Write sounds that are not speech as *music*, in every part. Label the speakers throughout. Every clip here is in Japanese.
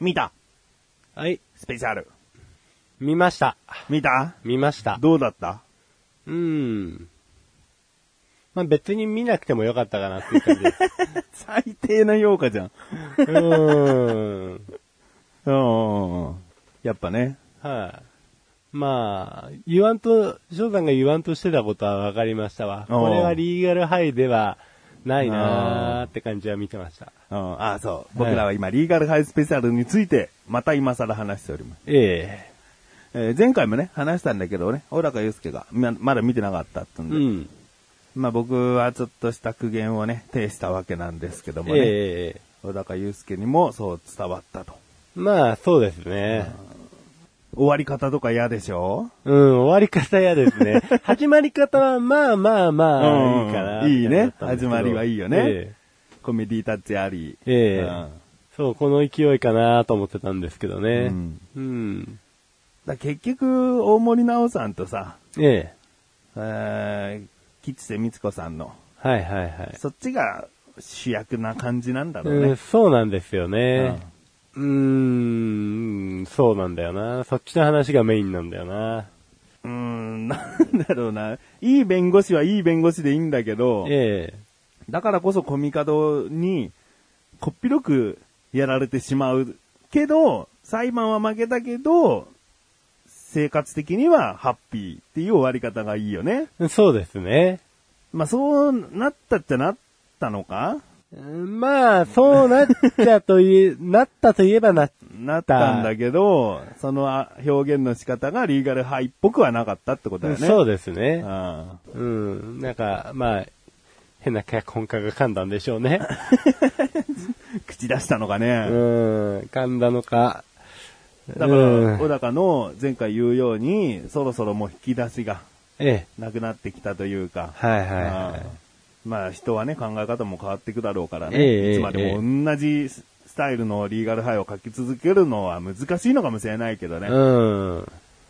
Speaker 1: 見た
Speaker 2: はい。
Speaker 1: スペシャル。
Speaker 2: 見ました。
Speaker 1: 見た
Speaker 2: 見ました。
Speaker 1: どうだった
Speaker 2: うーん。まあ、別に見なくてもよかったかなっていう感じです。
Speaker 1: 最低な評価じゃん。
Speaker 2: うーん。
Speaker 1: うん。やっぱね。
Speaker 2: はい。まあ、言わんと、翔さんが言わんとしてたことは分かりましたわ。
Speaker 1: おう
Speaker 2: これはリーガルハイではないなーって感じは見てました。
Speaker 1: うん、あ、そう。僕らは今、リーガルハイスペシャルについて、また今更話しております。
Speaker 2: え
Speaker 1: えー前回もね、話したんだけどね、小高祐介がま、まだ見てなかったってん
Speaker 2: え
Speaker 1: で、
Speaker 2: うん。
Speaker 1: まあ僕はちょっとした苦言をね、呈したわけなんですけどもね、
Speaker 2: ええ
Speaker 1: 小高祐介にもそう伝わったと。
Speaker 2: まあ、そうですね。
Speaker 1: 終わり方とか嫌でしょ
Speaker 2: うん、終わり方やです
Speaker 1: *laughs*
Speaker 2: ね。始まり方は、まあまあま
Speaker 1: うん
Speaker 2: あ、いいかな。
Speaker 1: いいね
Speaker 2: って感じだったんですけど
Speaker 1: 始まりはいいよね
Speaker 2: え
Speaker 1: コメディタッチあり。
Speaker 2: えええ
Speaker 1: うん
Speaker 2: そう、この勢いかなと思ってたんですけどね。
Speaker 1: う
Speaker 2: うんん。
Speaker 1: だ結局、大森奈緒さんとさ、
Speaker 2: ええ
Speaker 1: えー、吉瀬美津子さんの、
Speaker 2: はいはいはい。
Speaker 1: そっちが主役な感じなんだろう
Speaker 2: うん
Speaker 1: ね。
Speaker 2: そうなんですよね。うーん、そうなんだよな。そっちの話がメインなんだよな。
Speaker 1: うーん、なんだろうな。いい弁護士はいい弁護士でいいんだけど、
Speaker 2: ええ
Speaker 1: だからこそコミカドに、こっぴどくやられてしまう。けど、裁判は負けたけど、生活的にはハッピーっていう終わり方がいいよね。
Speaker 2: そうですね。
Speaker 1: まあそうなったってなったのか
Speaker 2: うんまあ、そうなっちゃといえ、なったといえばな、
Speaker 1: なったんだけど、そのあ表現の仕方がリーガルハイっぽくはなかったってことだよね。
Speaker 2: そう
Speaker 1: う
Speaker 2: ですね。
Speaker 1: ん。
Speaker 2: うん。なんか、まあ、変な脚本家が噛んだんでし
Speaker 1: *laughs*
Speaker 2: ょうね。
Speaker 1: 口出したのか
Speaker 2: う
Speaker 1: ね。
Speaker 2: ん。噛んだのか。
Speaker 1: だか
Speaker 2: う
Speaker 1: ら、
Speaker 2: ん
Speaker 1: 小高の前回言うように、そろそろもう引き出しが
Speaker 2: ええ。
Speaker 1: なくなってきたというか、
Speaker 2: はいはいは
Speaker 1: あ
Speaker 2: い
Speaker 1: あ。まあ人はね、考え方も変わっていくだろうからね。
Speaker 2: ええ
Speaker 1: いつまでも同じススタイルのリーガルハイを書き続けるのは難しいのかもしれないけどね。
Speaker 2: う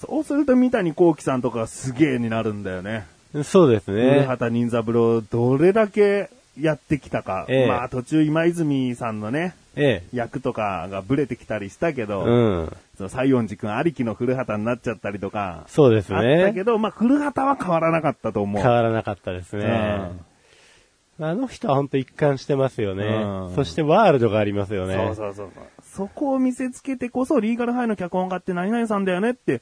Speaker 1: そうすると三谷幸喜さんとかがすげえになるんだよね。
Speaker 2: ん。そうです
Speaker 1: 古
Speaker 2: ね。
Speaker 1: 畑任三郎どれだけやってきたか。
Speaker 2: ええ
Speaker 1: まあ途中今泉さんのね、
Speaker 2: ええ。
Speaker 1: 役とかがブレてきたりしたけど、
Speaker 2: うん。
Speaker 1: その西園寺君ありきの古畑になっちゃったりとか、
Speaker 2: そうです
Speaker 1: あったけ
Speaker 2: ね。
Speaker 1: ど、まあ古畑は変わらなかったと思う。
Speaker 2: 変わらなかったですね。
Speaker 1: うん
Speaker 2: あの人は本当一貫してますよね
Speaker 1: うん。
Speaker 2: そしてワールドがありますよね。
Speaker 1: そうそうそうそう。そこを見せつけてこそ、リーガルハイの脚本家って何々さんだよねって、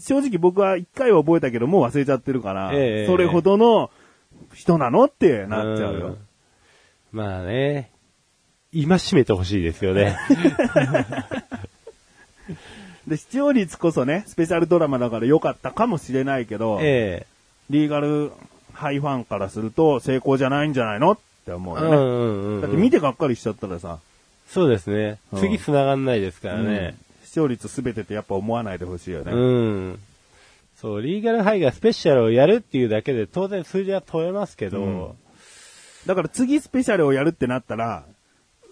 Speaker 1: 正直僕は一回は覚えたけど、もう忘れちゃってるから、
Speaker 2: ええ
Speaker 1: それほどの人なのってなっちゃうよ。
Speaker 2: んまあね。今しめてほしいです
Speaker 1: *laughs*
Speaker 2: よね。
Speaker 1: で、視聴率こそね、スペシャルドラマだから良かったかもしれないけど、
Speaker 2: え
Speaker 1: リーガルハイファンからすると成功じゃないんじゃないのって思
Speaker 2: え。
Speaker 1: う
Speaker 2: うん
Speaker 1: よね。
Speaker 2: うんうん。
Speaker 1: だって見てがっかりしちゃったらさ、
Speaker 2: そうですね
Speaker 1: う。ん
Speaker 2: 次繋がんないですからね。
Speaker 1: うん視聴率すべてってやっぱ思わないでほしいよね。
Speaker 2: うん。そう、リーガルハイがスペシャルをやるっていうだけで当然数字は取れますけど、
Speaker 1: うんだから次スペシャルをやるってなったら、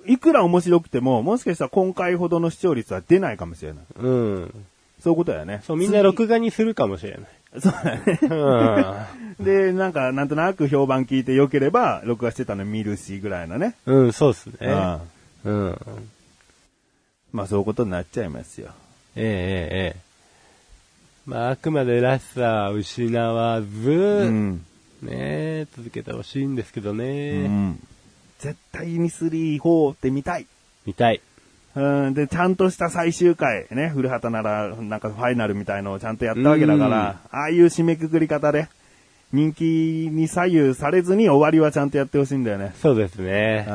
Speaker 1: いくら面白くても、もしかしたら今回ほどの視聴率は出ないかもしれない。
Speaker 2: うん。
Speaker 1: そういうことだよね。
Speaker 2: そう、みんな録画にするかもしれない。
Speaker 1: 次そうだね。
Speaker 2: う
Speaker 1: で、なんか、なんとなく評判聞いて良ければ、録画してたの見るし、ぐらいのね。
Speaker 2: ん。うん、そうっすね。
Speaker 1: うん
Speaker 2: うん。
Speaker 1: まあそういうことになっちゃいますよ。
Speaker 2: ええええええ。まあ、あくまでらしさを失わず、
Speaker 1: うん。
Speaker 2: ねえ続けてほしいんですけど
Speaker 1: う
Speaker 2: ね。
Speaker 1: ん。絶対に3、4って見たい。
Speaker 2: 見たい。
Speaker 1: うん。で、ちゃんとした最終回、ね、古畑なら、なんかファイナルみたいのをちゃんとやったわけだから、ああいう締めくくり方で、人気に左右されずに終わりはちゃんとやってほしいんだよね。
Speaker 2: そうですね。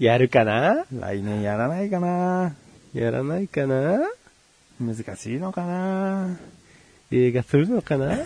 Speaker 1: う。
Speaker 2: やるかなん
Speaker 1: 来年やらないかな
Speaker 2: やらないかな
Speaker 1: 難しいのかな
Speaker 2: 映画するの
Speaker 1: *laughs*
Speaker 2: かな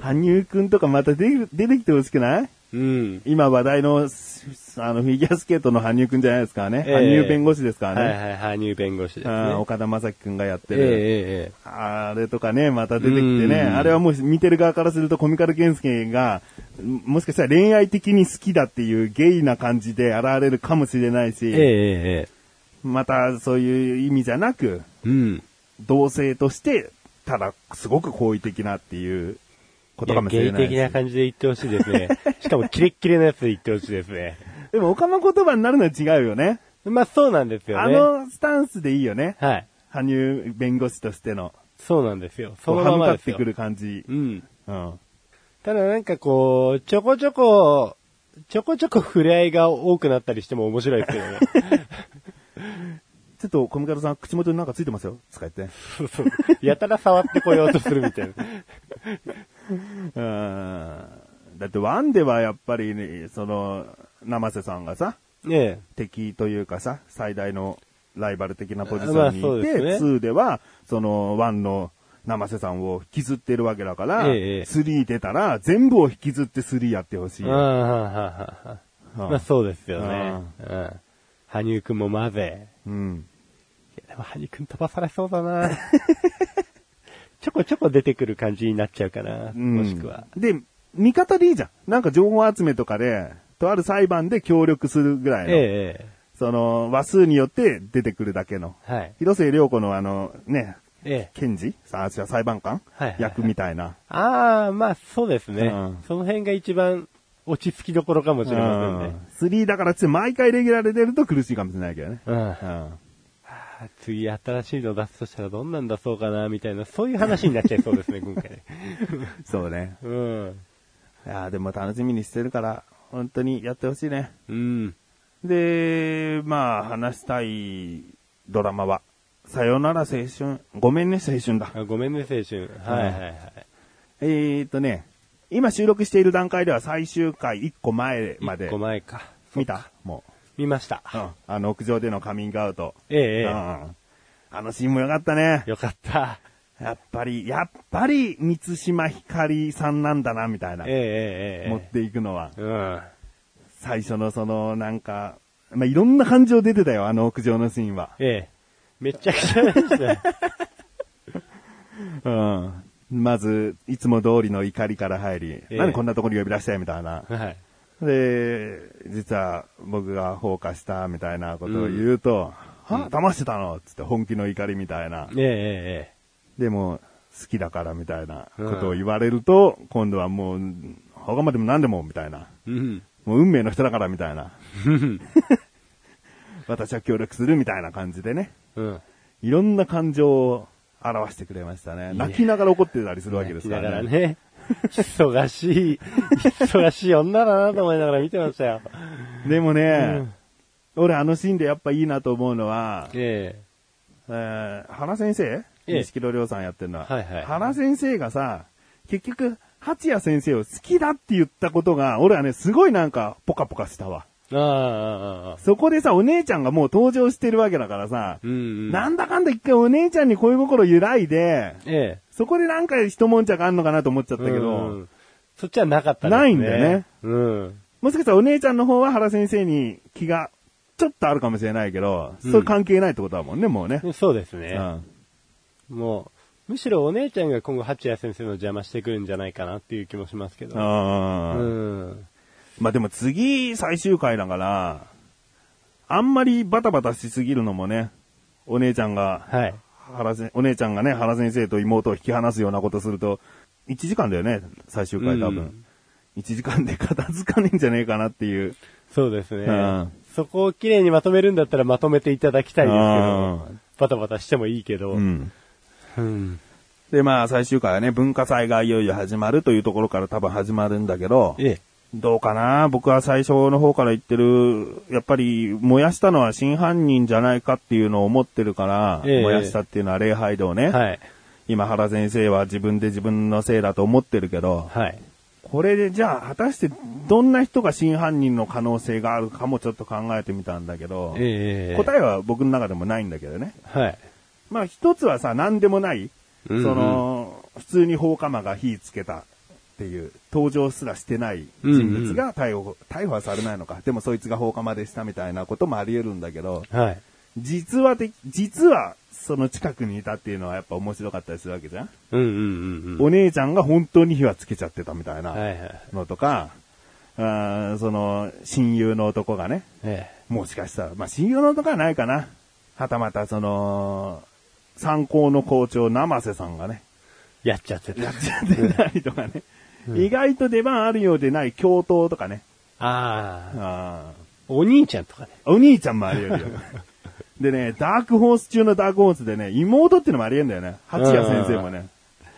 Speaker 1: 羽生くんとかまた出る出てきてほしくない
Speaker 2: うん。
Speaker 1: 今話題の、すあの、フィギュアスケートの羽生くんじゃないですからね。
Speaker 2: ええ
Speaker 1: 羽生弁護士ですから
Speaker 2: はい
Speaker 1: ね。
Speaker 2: はい、羽生弁護士ですね。
Speaker 1: うん岡田将生くんがやって
Speaker 2: ええ
Speaker 1: る。
Speaker 2: えええ
Speaker 1: あれとかね、また出てきてね、
Speaker 2: うん
Speaker 1: あれはもう見てる側からするとコミカル健介が、もしかしたら恋愛的に好きだっていうゲイな感じで現れるかもしれないし、
Speaker 2: えええええ
Speaker 1: またそういう意味じゃなく、
Speaker 2: うん。
Speaker 1: 同性として、ただすごく好意的なっていうことかもしれない
Speaker 2: や
Speaker 1: し
Speaker 2: 芸的な感じで言ってほしいですね。しかもキレッキレのやつで言ってほしいですね。
Speaker 1: でも他の言葉になるのは違うよね。
Speaker 2: まあそうなんですよ
Speaker 1: あ
Speaker 2: ね。
Speaker 1: のスタンスでいいよね。
Speaker 2: はい。
Speaker 1: 羽生弁護士としての。
Speaker 2: そうなんですよ。そ
Speaker 1: こう
Speaker 2: の
Speaker 1: 歯
Speaker 2: ま
Speaker 1: 向
Speaker 2: ま
Speaker 1: か
Speaker 2: で
Speaker 1: っ
Speaker 2: す
Speaker 1: て
Speaker 2: よ。
Speaker 1: くる感じ。
Speaker 2: うん。
Speaker 1: うん。
Speaker 2: ただなんかこう、ちょこちょこ、ちょこちょこ触れ合いが多くなったりしても面白いですけ
Speaker 1: *laughs*
Speaker 2: どね。
Speaker 1: ちょっと、コミカドさん、口元になんかついてますよ。使えて。
Speaker 2: そうそう。やたら触ってこようとするみた
Speaker 1: *laughs*
Speaker 2: いな。
Speaker 1: うん。だって、ワンではやっぱり、ね、その、生瀬さんがさ、
Speaker 2: ね
Speaker 1: 敵というかさ、最大のライバル的なポジシ
Speaker 2: ま
Speaker 1: ョ
Speaker 2: あ
Speaker 1: ンに
Speaker 2: そう
Speaker 1: い
Speaker 2: です
Speaker 1: て、
Speaker 2: ね
Speaker 1: 2では、その、1の生瀬さんを引きずってるわけだから、
Speaker 2: ええ
Speaker 1: 3出たら、全部を引きずって3やってほし
Speaker 2: え。
Speaker 1: い
Speaker 2: うん、
Speaker 1: よ。
Speaker 2: はんはんはんはん
Speaker 1: うん
Speaker 2: まあそうですよね。うん。羽生くんも混ぜ。
Speaker 1: うん。
Speaker 2: いやでも羽生くん飛ばされそう
Speaker 1: *laughs*
Speaker 2: だなちょこちょこ出てくる感じになっちゃうかな。
Speaker 1: うん
Speaker 2: もしくは。。
Speaker 1: で、味方でいいじゃん。なんか情報集めとかで、とある裁判で協力するぐらいの、
Speaker 2: ええ
Speaker 1: その、話数によって出てくるだけの。
Speaker 2: ええ。はい。
Speaker 1: 広末涼子のあの、ね、
Speaker 2: ええ。
Speaker 1: 検事さあ、じゃあ裁判官、
Speaker 2: はいはいはい
Speaker 1: 役みたいな。
Speaker 2: ああ、まあそうですね。
Speaker 1: うん
Speaker 2: その辺が一番落ち着きどころかもしれませんね。
Speaker 1: 3だからって毎回レギュラーで出ると苦しいかもしれないけどね。
Speaker 2: うん。
Speaker 1: うん。
Speaker 2: あー次新しいの出すとしたらどんなん出そうかな、みたいな、そういう話になっちゃいそうですね、今回ね。
Speaker 1: *laughs* そうね。
Speaker 2: うん。
Speaker 1: いやーでも楽しみにしてるから、本当にやってほしいね。
Speaker 2: うん。
Speaker 1: で、まあ、話したいドラマは、さよなら青春、ごめんね青春だ。
Speaker 2: あごめんね、青春。はいはいはい。
Speaker 1: えーっとね、今収録している段階では最終回1個前ま
Speaker 2: 一
Speaker 1: で
Speaker 2: 個、前か。
Speaker 1: 見たも
Speaker 2: 見ました。
Speaker 1: う、うん、あの屋上でのカミングアウト。
Speaker 2: ええ
Speaker 1: う
Speaker 2: え
Speaker 1: ん。あのシーンも良かったね
Speaker 2: え。。よかった。
Speaker 1: やっぱり、やっぱり、三島ひかりさんなんだな、みたいな。
Speaker 2: ええええ
Speaker 1: 持っ
Speaker 2: え
Speaker 1: ていくのは。
Speaker 2: えうん。
Speaker 1: 最初のその、なんか、まあ、いろんな感情出てたよ、あの屋上のシーンは。
Speaker 2: ええめちゃくちゃですね。
Speaker 1: *laughs* うん。まず、いつも通りの怒りから入り、
Speaker 2: え
Speaker 1: なんでこんなところに呼び出したいみたいな。
Speaker 2: はい。
Speaker 1: で、実は僕が放火したみたいなことを言うと、は騙してたのっつって本気の怒りみたいな。
Speaker 2: えええ
Speaker 1: でも、好きだからみたいなことを言われると、今度はもう、他までも何でもみたいな。
Speaker 2: えうん。
Speaker 1: もう運命の人だからみたいな。 *laughs* 私は協力するみたいな感じでね。
Speaker 2: うん。
Speaker 1: いろんな感情を表してくれましたね。泣きながら怒ってたりするわけですか
Speaker 2: だからら
Speaker 1: ね。
Speaker 2: ね、忙しい、忙しい女だなと思いながら見てましたよ。
Speaker 1: でもね、俺あのシーンでやっぱいいなと思うのは、
Speaker 2: え
Speaker 1: えー原先生
Speaker 2: ええ
Speaker 1: 錦戸亮さんやってるのは、
Speaker 2: はいはい
Speaker 1: 原先生がさ、結局、八谷先生を好きだって言ったことが、俺はね、すごいなんか、ポカポカしたわ。
Speaker 2: えああ、ああ、ああ。
Speaker 1: そこでさ、お姉ちゃんがもう登場してるわけだからさ、
Speaker 2: うん、うん。
Speaker 1: なんだかんだ一回お姉ちゃんに恋心揺らいで、
Speaker 2: ええ。
Speaker 1: そこでなんか一悶着あんのかなと思っちゃったけど、
Speaker 2: うん、そっちはなかったですね。
Speaker 1: ないんだよね。
Speaker 2: うん。
Speaker 1: もしかしたらお姉ちゃんの方は原先生に気がちょっとあるかもしれないけど、
Speaker 2: うん
Speaker 1: それ関係ないってことだもんね、もうね。
Speaker 2: そうです
Speaker 1: う
Speaker 2: ね。
Speaker 1: ん。
Speaker 2: もう、むしろお姉ちゃんが今後、八谷先生の邪魔してくるんじゃないかなっていう気もしますけど。
Speaker 1: あ
Speaker 2: う
Speaker 1: ー
Speaker 2: ん。
Speaker 1: まあでも次、最終回だから、あんまりバタバタしすぎるのもね、お姉ちゃんが、
Speaker 2: はい。
Speaker 1: 原せお姉ちゃんがね、原先生と妹を引き離すようなことすると、1時間だよね、最終回多
Speaker 2: う
Speaker 1: 分
Speaker 2: ん。
Speaker 1: 1時間で片付かねえんじゃねえかなっていう。
Speaker 2: そうですね。
Speaker 1: うん
Speaker 2: そこを綺麗にまとめるんだったらまとめていただきたいですけど
Speaker 1: う、
Speaker 2: バタバタしてもいいけど、
Speaker 1: うん。
Speaker 2: うん
Speaker 1: で、まあ最終回はね、文化祭がいよいよ始まるというところから多分始まるんだけど、
Speaker 2: ええ。
Speaker 1: どうかな僕は最初の方から言ってる、やっぱり燃やしたのは真犯人じゃないかっていうのを思ってるから、
Speaker 2: ええ
Speaker 1: 燃やしたっていうのは礼拝堂ね、
Speaker 2: はい。
Speaker 1: 今原先生は自分で自分のせいだと思ってるけど、
Speaker 2: はい。
Speaker 1: これでじゃあ果たしてどんな人が真犯人の可能性があるかもちょっと考えてみたんだけど、
Speaker 2: ええ。
Speaker 1: 答えは僕の中でもないんだけどね。
Speaker 2: はい。
Speaker 1: まあ一つはさ、何でもない、
Speaker 2: うんうん
Speaker 1: その、普通に放火魔が火つけたっていう、登場すらしてない人物が逮捕、逮捕はされないのか。でもそいつが放火魔でしたみたいなこともあり得るんだけど、
Speaker 2: はい。
Speaker 1: 実は的、実はその近くにいたっていうのはやっぱ面白かったりするわけじゃん、
Speaker 2: うんうんうんうん。
Speaker 1: お姉ちゃんが本当に火はつけちゃってたみたい
Speaker 2: はいは
Speaker 1: ない
Speaker 2: はい。
Speaker 1: のとか、あーその、親友の男がね、
Speaker 2: え
Speaker 1: もしかしたら、まあ、信用のとかはないかな。はたまた、その、参考の校長、生瀬さんがね、
Speaker 2: *laughs* え。やっちゃってた。
Speaker 1: やっちゃってないとかね。意外と出番あるようでない教頭とかね。
Speaker 2: ああ。
Speaker 1: あー
Speaker 2: お兄ちゃんとかね。
Speaker 1: お兄ちゃんもあり得るよ。でね、ダークホース中のダークホースでね、妹ってのもあり得んだよね。八谷先生もね。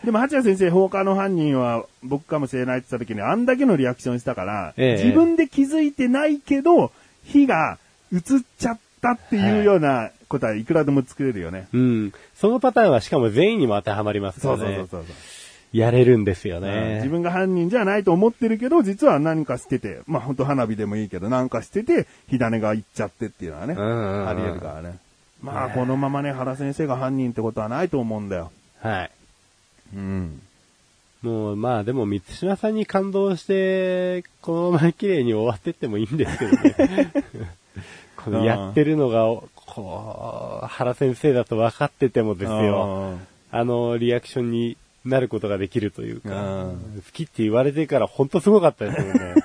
Speaker 1: でも、八谷先生、放火の犯人は僕かもしれないって言った時に、あんだけのリアクションしたから、
Speaker 2: ええ
Speaker 1: 自分で気づいてないけど、火が移っちゃったっていうようなことはいくらでも作れるよね。
Speaker 2: うん。そのパターンはしかも全員にも当てはまります
Speaker 1: そ
Speaker 2: から
Speaker 1: う
Speaker 2: ね。
Speaker 1: そうそうそうそう。
Speaker 2: やれるんですよ
Speaker 1: うん
Speaker 2: ね。
Speaker 1: 自分が犯人じゃないと思ってるけど、実は何かしてて、まあ本当花火でもいいけど、何かしてて、火種がいっちゃってっていうのはね、
Speaker 2: うんうんうん
Speaker 1: あり得るからね。まあこのままね、原先生が犯人ってことはないと思うんだよ。
Speaker 2: はい。
Speaker 1: うん。
Speaker 2: もう、まあでも、三島さんに感動して、このまま綺麗に終わってってもいいんですけど
Speaker 1: *laughs*
Speaker 2: ね。このやってるのが、こう、原先生だと分かっててもですよ。あの、リアクションになることができるというか、
Speaker 1: う
Speaker 2: 好
Speaker 1: ん
Speaker 2: きって言われてから本当すごかったですよね。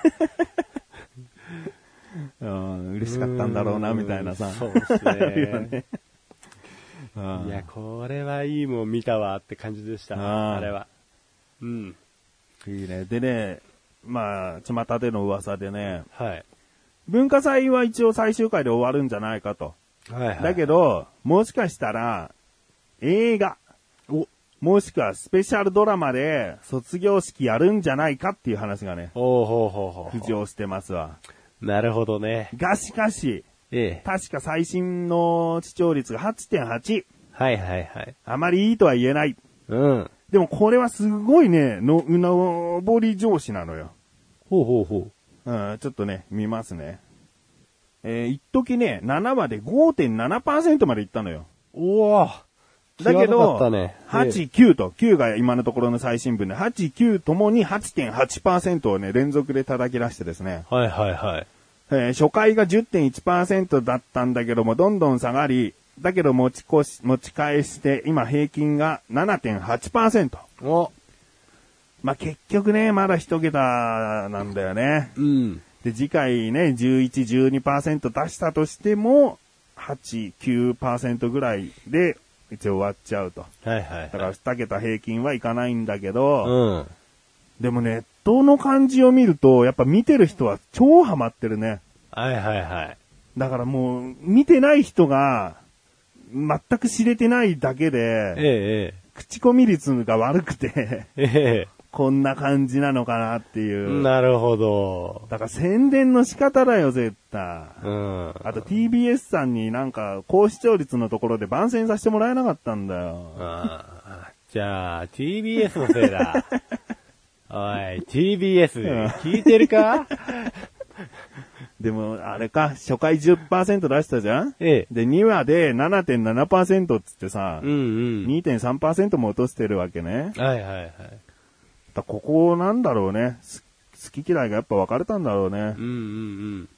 Speaker 1: うん。うん。 *laughs* 嬉しかったんだろうな、みたいなさ。
Speaker 2: そうです
Speaker 1: *laughs* あるよ
Speaker 2: ね。
Speaker 1: ね。 *laughs* うん
Speaker 2: いや、これはいいもん見たわって感じでした。
Speaker 1: あー
Speaker 2: あれは。うん。
Speaker 1: いいね。でね、まあ、巷での噂でね、
Speaker 2: はい。
Speaker 1: 文化祭は一応最終回で終わるんじゃないかと。
Speaker 2: はい、はい。
Speaker 1: だけ
Speaker 2: ど、
Speaker 1: ど、もしかしたら、映画、もしくはスペシャルドラマで卒業式やるんじゃないかっていう話がね、
Speaker 2: おうほうほうほう
Speaker 1: 浮上してますわ。
Speaker 2: なるほどね。
Speaker 1: がしかし、
Speaker 2: ええ。
Speaker 1: 確か最新の視聴率が8.8。
Speaker 2: はいはいはい。
Speaker 1: あまりいいとは言えない。
Speaker 2: うん。
Speaker 1: でもこれはすごいね、の、うなぼり上司なのよ。
Speaker 2: ほうほうほう。
Speaker 1: うん、ちょっとね、見ますね。えー、一時ね、7話で5.7%までいったのよ。
Speaker 2: おお
Speaker 1: だけ
Speaker 2: 際どか
Speaker 1: ど、
Speaker 2: ったね、ええ
Speaker 1: 8、9と、9が今のところの最新分で、8、9ともに8.8%をね、連続で叩き出してですね、
Speaker 2: はいはいはい。
Speaker 1: えー初回が10.1%だったんだけども、どんどん下がり、だけど持ち越し、持ち返して、今平均が7.8%。
Speaker 2: お
Speaker 1: まあ、結局ね、まだ一桁なんだよね。
Speaker 2: うん。
Speaker 1: で、次回ね、11、12%出したとしても、8、9%ぐらいで、一応終わっちゃうと。
Speaker 2: はいはい
Speaker 1: だか
Speaker 2: は
Speaker 1: ら
Speaker 2: い。
Speaker 1: 2桁平均はいかないんだけど、
Speaker 2: うん。
Speaker 1: でもネットの感じを見ると、やっぱ見てる人は超ハマってるね。
Speaker 2: はいはいはい。
Speaker 1: だからもう、見てない人が、全く知れてないだけで、
Speaker 2: え
Speaker 1: 口コミ率が悪くて、 *laughs*
Speaker 2: えええ。え
Speaker 1: こんな感じなのかなってい
Speaker 2: え。
Speaker 1: う。
Speaker 2: なるほど。
Speaker 1: だから宣伝の仕方だよ、絶対。
Speaker 2: うん。
Speaker 1: あと TBS さんになんか、高視聴率のところで番宣させてもらえなかったんだよ。
Speaker 2: あーじゃあ、TBS のせい *laughs* だ。おい、TBS、聞いてる *laughs* か
Speaker 1: でも、あれか、初回10%出したじゃん
Speaker 2: ええ。
Speaker 1: で、2話で7.7%っつってさ
Speaker 2: うん、うん。
Speaker 1: 2.3%も落としてるわけね。
Speaker 2: はいはいはい。
Speaker 1: だここなんだろうね。す好き嫌いがやっぱ分かれたんだろうね
Speaker 2: う。んうん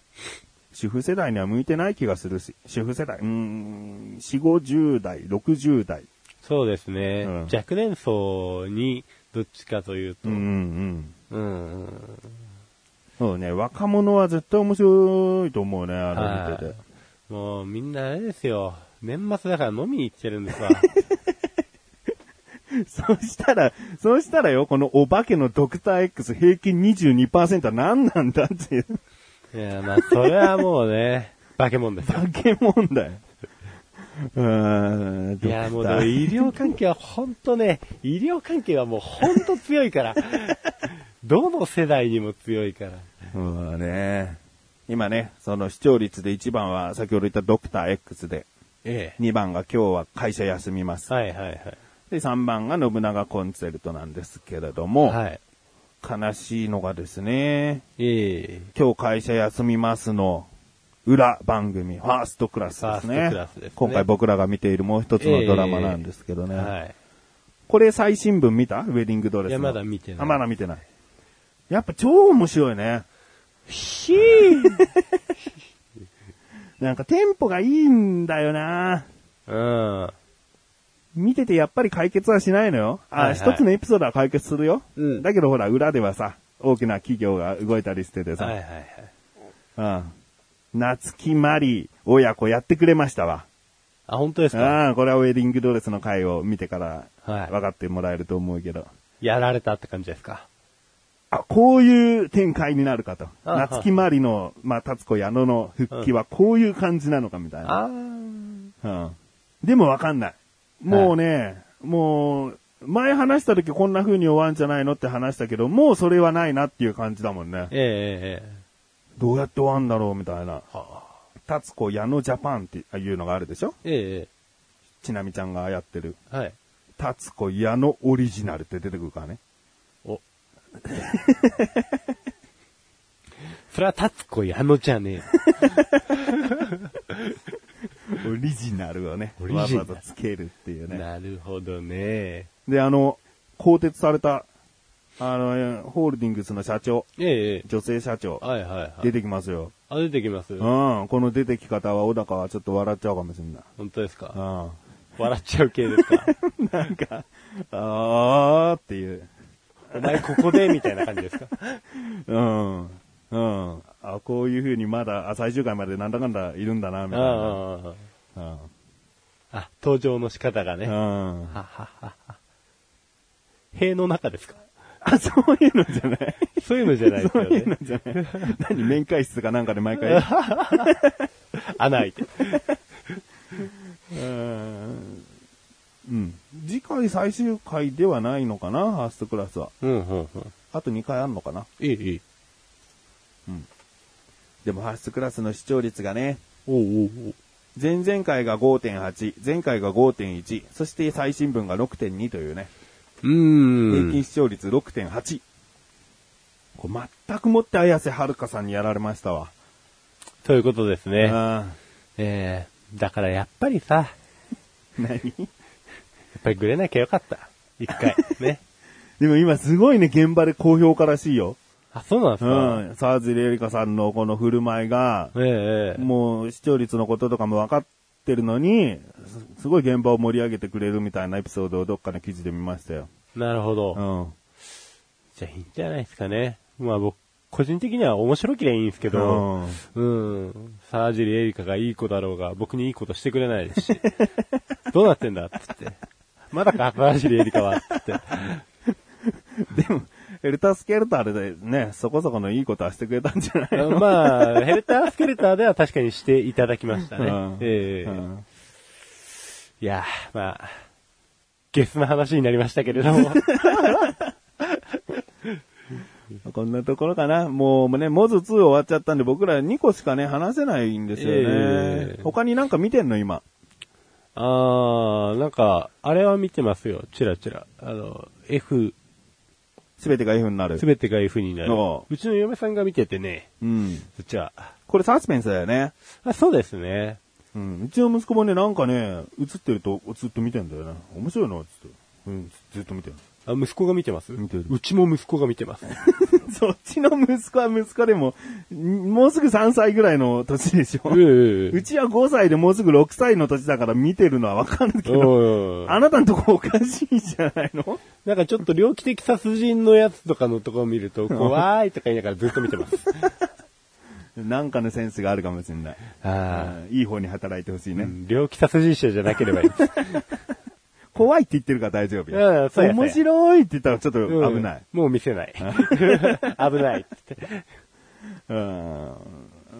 Speaker 1: 主婦世代には向いてない気がするし、主婦世代、うーん、4、50代、60代。
Speaker 2: そうですね、
Speaker 1: うん
Speaker 2: 若年層にどっちかというと、
Speaker 1: うんうんうん。
Speaker 2: うんうん
Speaker 1: そうね、若者は絶対面白いと思うね、あれ見てて。
Speaker 2: もうみんなあれですよ、年末だから飲みに行ってるんです *laughs* わ。
Speaker 1: そしたら、そうしたらよ、このお化けのドクター X 平均22%は何なんだっていう、
Speaker 2: いや、まあそれはもうね、化け物ですよ。
Speaker 1: 化け物だよ。うーん、
Speaker 2: いや、も
Speaker 1: ドク
Speaker 2: うで
Speaker 1: タ
Speaker 2: も
Speaker 1: ー
Speaker 2: 医療関係はほんとね、 *laughs* 医療関係はもうほんと強い *laughs* から、どの世代にも強いから。
Speaker 1: そうね。今ね、その視聴率で1番は先ほど言ったドクター X で、
Speaker 2: ええ。
Speaker 1: 2番が今日は会社休みます。
Speaker 2: はいはいはい。
Speaker 1: で、3番が信長コンセルトなんですけれども、
Speaker 2: はい。
Speaker 1: 悲しいのがですね、
Speaker 2: ええ。
Speaker 1: 今日会社休みますの裏番組、ファーストクラスです
Speaker 2: ファー
Speaker 1: ね。
Speaker 2: ストクラスですね
Speaker 1: 今回僕らが見ているもう一つのドラマなんですけどね。
Speaker 2: はい。
Speaker 1: これ最新聞見たウェディングドレスの。
Speaker 2: いやまだ見てない
Speaker 1: あまだ見てない。やっぱ超面白いね。
Speaker 2: ひー
Speaker 1: *laughs* なんかテンポがいいんだよな
Speaker 2: うん。
Speaker 1: 見ててやっぱり解決はしないのよ。
Speaker 2: はい
Speaker 1: あ、
Speaker 2: はい
Speaker 1: 一、つのエピソードは解決するよ。
Speaker 2: うん
Speaker 1: だけどほら、裏ではさ、大きな企業が動いたりしててさ。
Speaker 2: はいはいは
Speaker 1: う
Speaker 2: い。
Speaker 1: ん。夏木マリ親子やってくれましたわ。
Speaker 2: あ、本当ですか
Speaker 1: ああ、これはウェディングドレスの回を見てから
Speaker 2: はい
Speaker 1: 分かってもらえると思うけど。
Speaker 2: やられたって感じですか。
Speaker 1: あ、こういう展開になるかと。
Speaker 2: あはい
Speaker 1: 夏木マリの、まあ、達子矢野の復帰はこういう感じなのかみたいな。
Speaker 2: あー
Speaker 1: うん。でもわかんない。もうね、もう、前話した時こんな風に終わんじゃないのって話したけど、もうそれはないなっていう感じだもんね。
Speaker 2: えええええ
Speaker 1: どうやって終わんだろうみたいな。
Speaker 2: えはあ
Speaker 1: 達子矢野ジャパンっていうのがあるでしょ
Speaker 2: ええ
Speaker 1: ちなみちゃんがやってる。
Speaker 2: ええはい。
Speaker 1: 達子矢野オリジナルって出てくる
Speaker 2: *laughs*
Speaker 1: からね。
Speaker 2: お。それはタツコ矢野じゃねえよ。
Speaker 1: オリジナルをね、
Speaker 2: オリジナル
Speaker 1: わざわざつけるっていうね。
Speaker 2: なるほどね。
Speaker 1: で、あの、更迭された、あの、えーホールディングスの社長、
Speaker 2: ええええ
Speaker 1: 女性社長、
Speaker 2: はいはいはい。
Speaker 1: 出てきますよ。
Speaker 2: あ、出てきます
Speaker 1: うん、この出てき方は小高はちょっと笑っちゃうかもしれない。
Speaker 2: 本当ですか
Speaker 1: うん。 *laughs*
Speaker 2: 笑っちゃう系ですか
Speaker 1: なんか、あーっていう。
Speaker 2: *laughs* お前ここでみたいな感じです *laughs* か
Speaker 1: うん。うん。あ、こういう風にまだ、あ最終回までなんだかんだいるんだな、みたいな。
Speaker 2: あ
Speaker 1: うん。
Speaker 2: あ、あ、登場の仕方がね。
Speaker 1: う
Speaker 2: は
Speaker 1: ん。
Speaker 2: ははは。塀の中ですか
Speaker 1: あ、そういうのじゃない。
Speaker 2: そういうのじゃないです
Speaker 1: そう
Speaker 2: よ
Speaker 1: いうの
Speaker 2: ね。
Speaker 1: じゃない。何、面会室かなんかで毎回。
Speaker 2: 穴開いて。
Speaker 1: うん。うん次回最終回ではないのかな、ファーストクラスは。
Speaker 2: うんうんうん。
Speaker 1: あと2回あんのかない
Speaker 2: いいい。
Speaker 1: でもファーストクラスの視聴率がね、
Speaker 2: おうおうおう
Speaker 1: 前々回が5.8、前回が5.1、そして最新聞が6.2というね、
Speaker 2: うー
Speaker 1: 平
Speaker 2: ん。
Speaker 1: 均視聴率6.8。こう全くもって綾瀬はるかさんにやられましたわ。
Speaker 2: ということですね。
Speaker 1: あ
Speaker 2: ええだからやっぱりさ、や
Speaker 1: ー何
Speaker 2: っぱりグレなきゃよかった。一 *laughs* 回。ね。
Speaker 1: でも今すごいね、現場で好評家らしいよ。
Speaker 2: あ、そうなんです
Speaker 1: う
Speaker 2: か、
Speaker 1: ん。沢尻エリカさんのこの振る舞いが、
Speaker 2: ええええ
Speaker 1: もう視聴率のこととかも分かってるのに、すすごい現場を盛り上げてくれるみたいなエピソードをどっかの記事で見ましたよ。
Speaker 2: なるほど。
Speaker 1: うん。
Speaker 2: じゃあいいんじゃないですかね。まあ僕、個人的には面白きりゃいいんですけど、うん。沢尻エリカがいい子だろうが、僕にいいことしてくれないですし、 *laughs* どうなってんだっつって。まだか、沢尻エリカは、つ
Speaker 1: *laughs*
Speaker 2: って。
Speaker 1: でも、エルタスケルターでね、そこそこのいいことはしてくれたんじゃないの
Speaker 2: まあ、ヘルタースケルターでは確かにしていただきましたね。
Speaker 1: うん
Speaker 2: え
Speaker 1: う
Speaker 2: え
Speaker 1: ん
Speaker 2: いや、まあ、ゲスな話になりましたけれど
Speaker 1: *laughs*
Speaker 2: も。
Speaker 1: こんなところかな。もうね、モズ2終わっちゃったんで、僕ら2個しかね、話せないんですよね。
Speaker 2: ええ
Speaker 1: 他になんか見てんの今。
Speaker 2: あー、なんか、あれは見てますよ。チラチラ。あの、F、
Speaker 1: すべてが F になる
Speaker 2: す。べてが F になる
Speaker 1: ああ。
Speaker 2: うちの嫁さんが見ててね、
Speaker 1: うん。
Speaker 2: そっちは。
Speaker 1: これサスペンスだよね。
Speaker 2: あそうですね。
Speaker 1: うん。うちの息子もね、なんかね、映ってるとずっと見てんだよね。面白いな、つって。うん、ずっと見てる。
Speaker 2: あ、息子が見てます
Speaker 1: 見てる
Speaker 2: うちも息子が見てます。
Speaker 1: *laughs* そっちの息子は息子でも、んもうすぐ3歳ぐらいの年でしょ。
Speaker 2: う *laughs*
Speaker 1: うちは5歳でもうすぐ6歳の年だから見てるのはわかるけど、
Speaker 2: ん。
Speaker 1: あなたのとこおかしいじゃないの
Speaker 2: なんかちょっと猟奇的殺人のやつとかのところを見ると、怖いとか言いながらずっと見てます。
Speaker 1: なんかのセンスがあるかもしれない。
Speaker 2: *laughs* あ
Speaker 1: いい方に働いてほしい
Speaker 2: ーう
Speaker 1: ね。
Speaker 2: ん猟奇殺人者じゃなければいいです。
Speaker 1: 怖いって言ってるから大丈夫
Speaker 2: うんそうや
Speaker 1: よ。面白いって言ったらちょっと
Speaker 2: うん
Speaker 1: 危ない。。
Speaker 2: もう見せない。 *laughs* 危ないって言って。
Speaker 1: うん。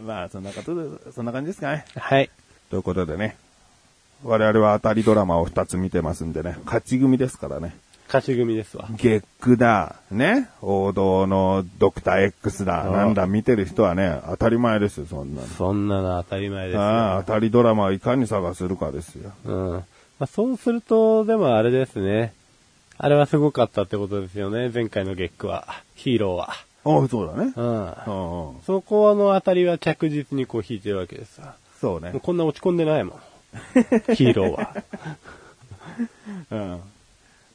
Speaker 1: まあ、そんなことで、そんな感じですかね。
Speaker 2: はい。
Speaker 1: ということでね。我々は当たりドラマを2つ見てますんでね。勝ち組ですからね。
Speaker 2: 勝ち組ですわ。
Speaker 1: 月9だ、ね、王道のドクター X だ、
Speaker 2: うん
Speaker 1: なんだ見てる人はね、当たり前ですよ、そんなの。
Speaker 2: そんなの当たり前ですよ。
Speaker 1: ああ当たりドラマをいかに探せるかですよ。
Speaker 2: うん。まあ、そうすると、でもあれですね。あれはすごかったってことですよね。前回のゲックは。ヒーローは。
Speaker 1: ああ、そうだね。う
Speaker 2: うん
Speaker 1: うん
Speaker 2: ん。そこのあたりは着実にこう引いてるわけですわ。
Speaker 1: そう
Speaker 2: もう
Speaker 1: ね。
Speaker 2: こんな落ち込んでないもん。ヒーロー *laughs* は。
Speaker 1: うん。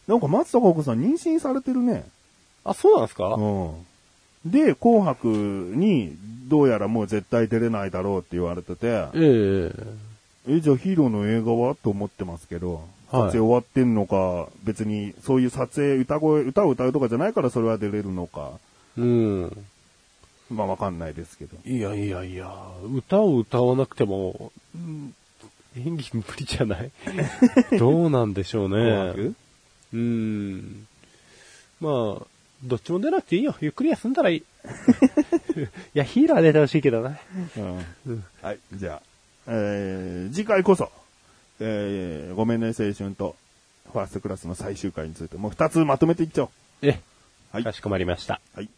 Speaker 1: なんか松たか子さん妊娠されてるね。
Speaker 2: あ、そうなんですか
Speaker 1: うん。で、紅白に、どうやらもう絶対出れないだろうって言われてて、
Speaker 2: ええ
Speaker 1: え、じゃあヒーローの映画はと思ってますけど、撮
Speaker 2: はい
Speaker 1: 影終わってんのか、別にそういう撮影、歌声、歌を歌うとかじゃないからそれは出れるのか、
Speaker 2: うん。
Speaker 1: まあわかんないですけど。
Speaker 2: いやいやいや、歌を歌わなくても、うん演技無理じゃない *laughs* どうなんでしょうね。
Speaker 1: 紅白
Speaker 2: うん。まあ、どっちも出なくていいよ。ゆっくり休んだらいい。 *laughs* いや、ヒーローは出てほしいけどな。
Speaker 1: うんはい、じゃあ、えー、次回こそ、えー、ごめんね、青春と、ファーストクラスの最終回について、もう二つまとめていっちゃおう。
Speaker 2: え、
Speaker 1: はい
Speaker 2: かしこまりました。
Speaker 1: はい。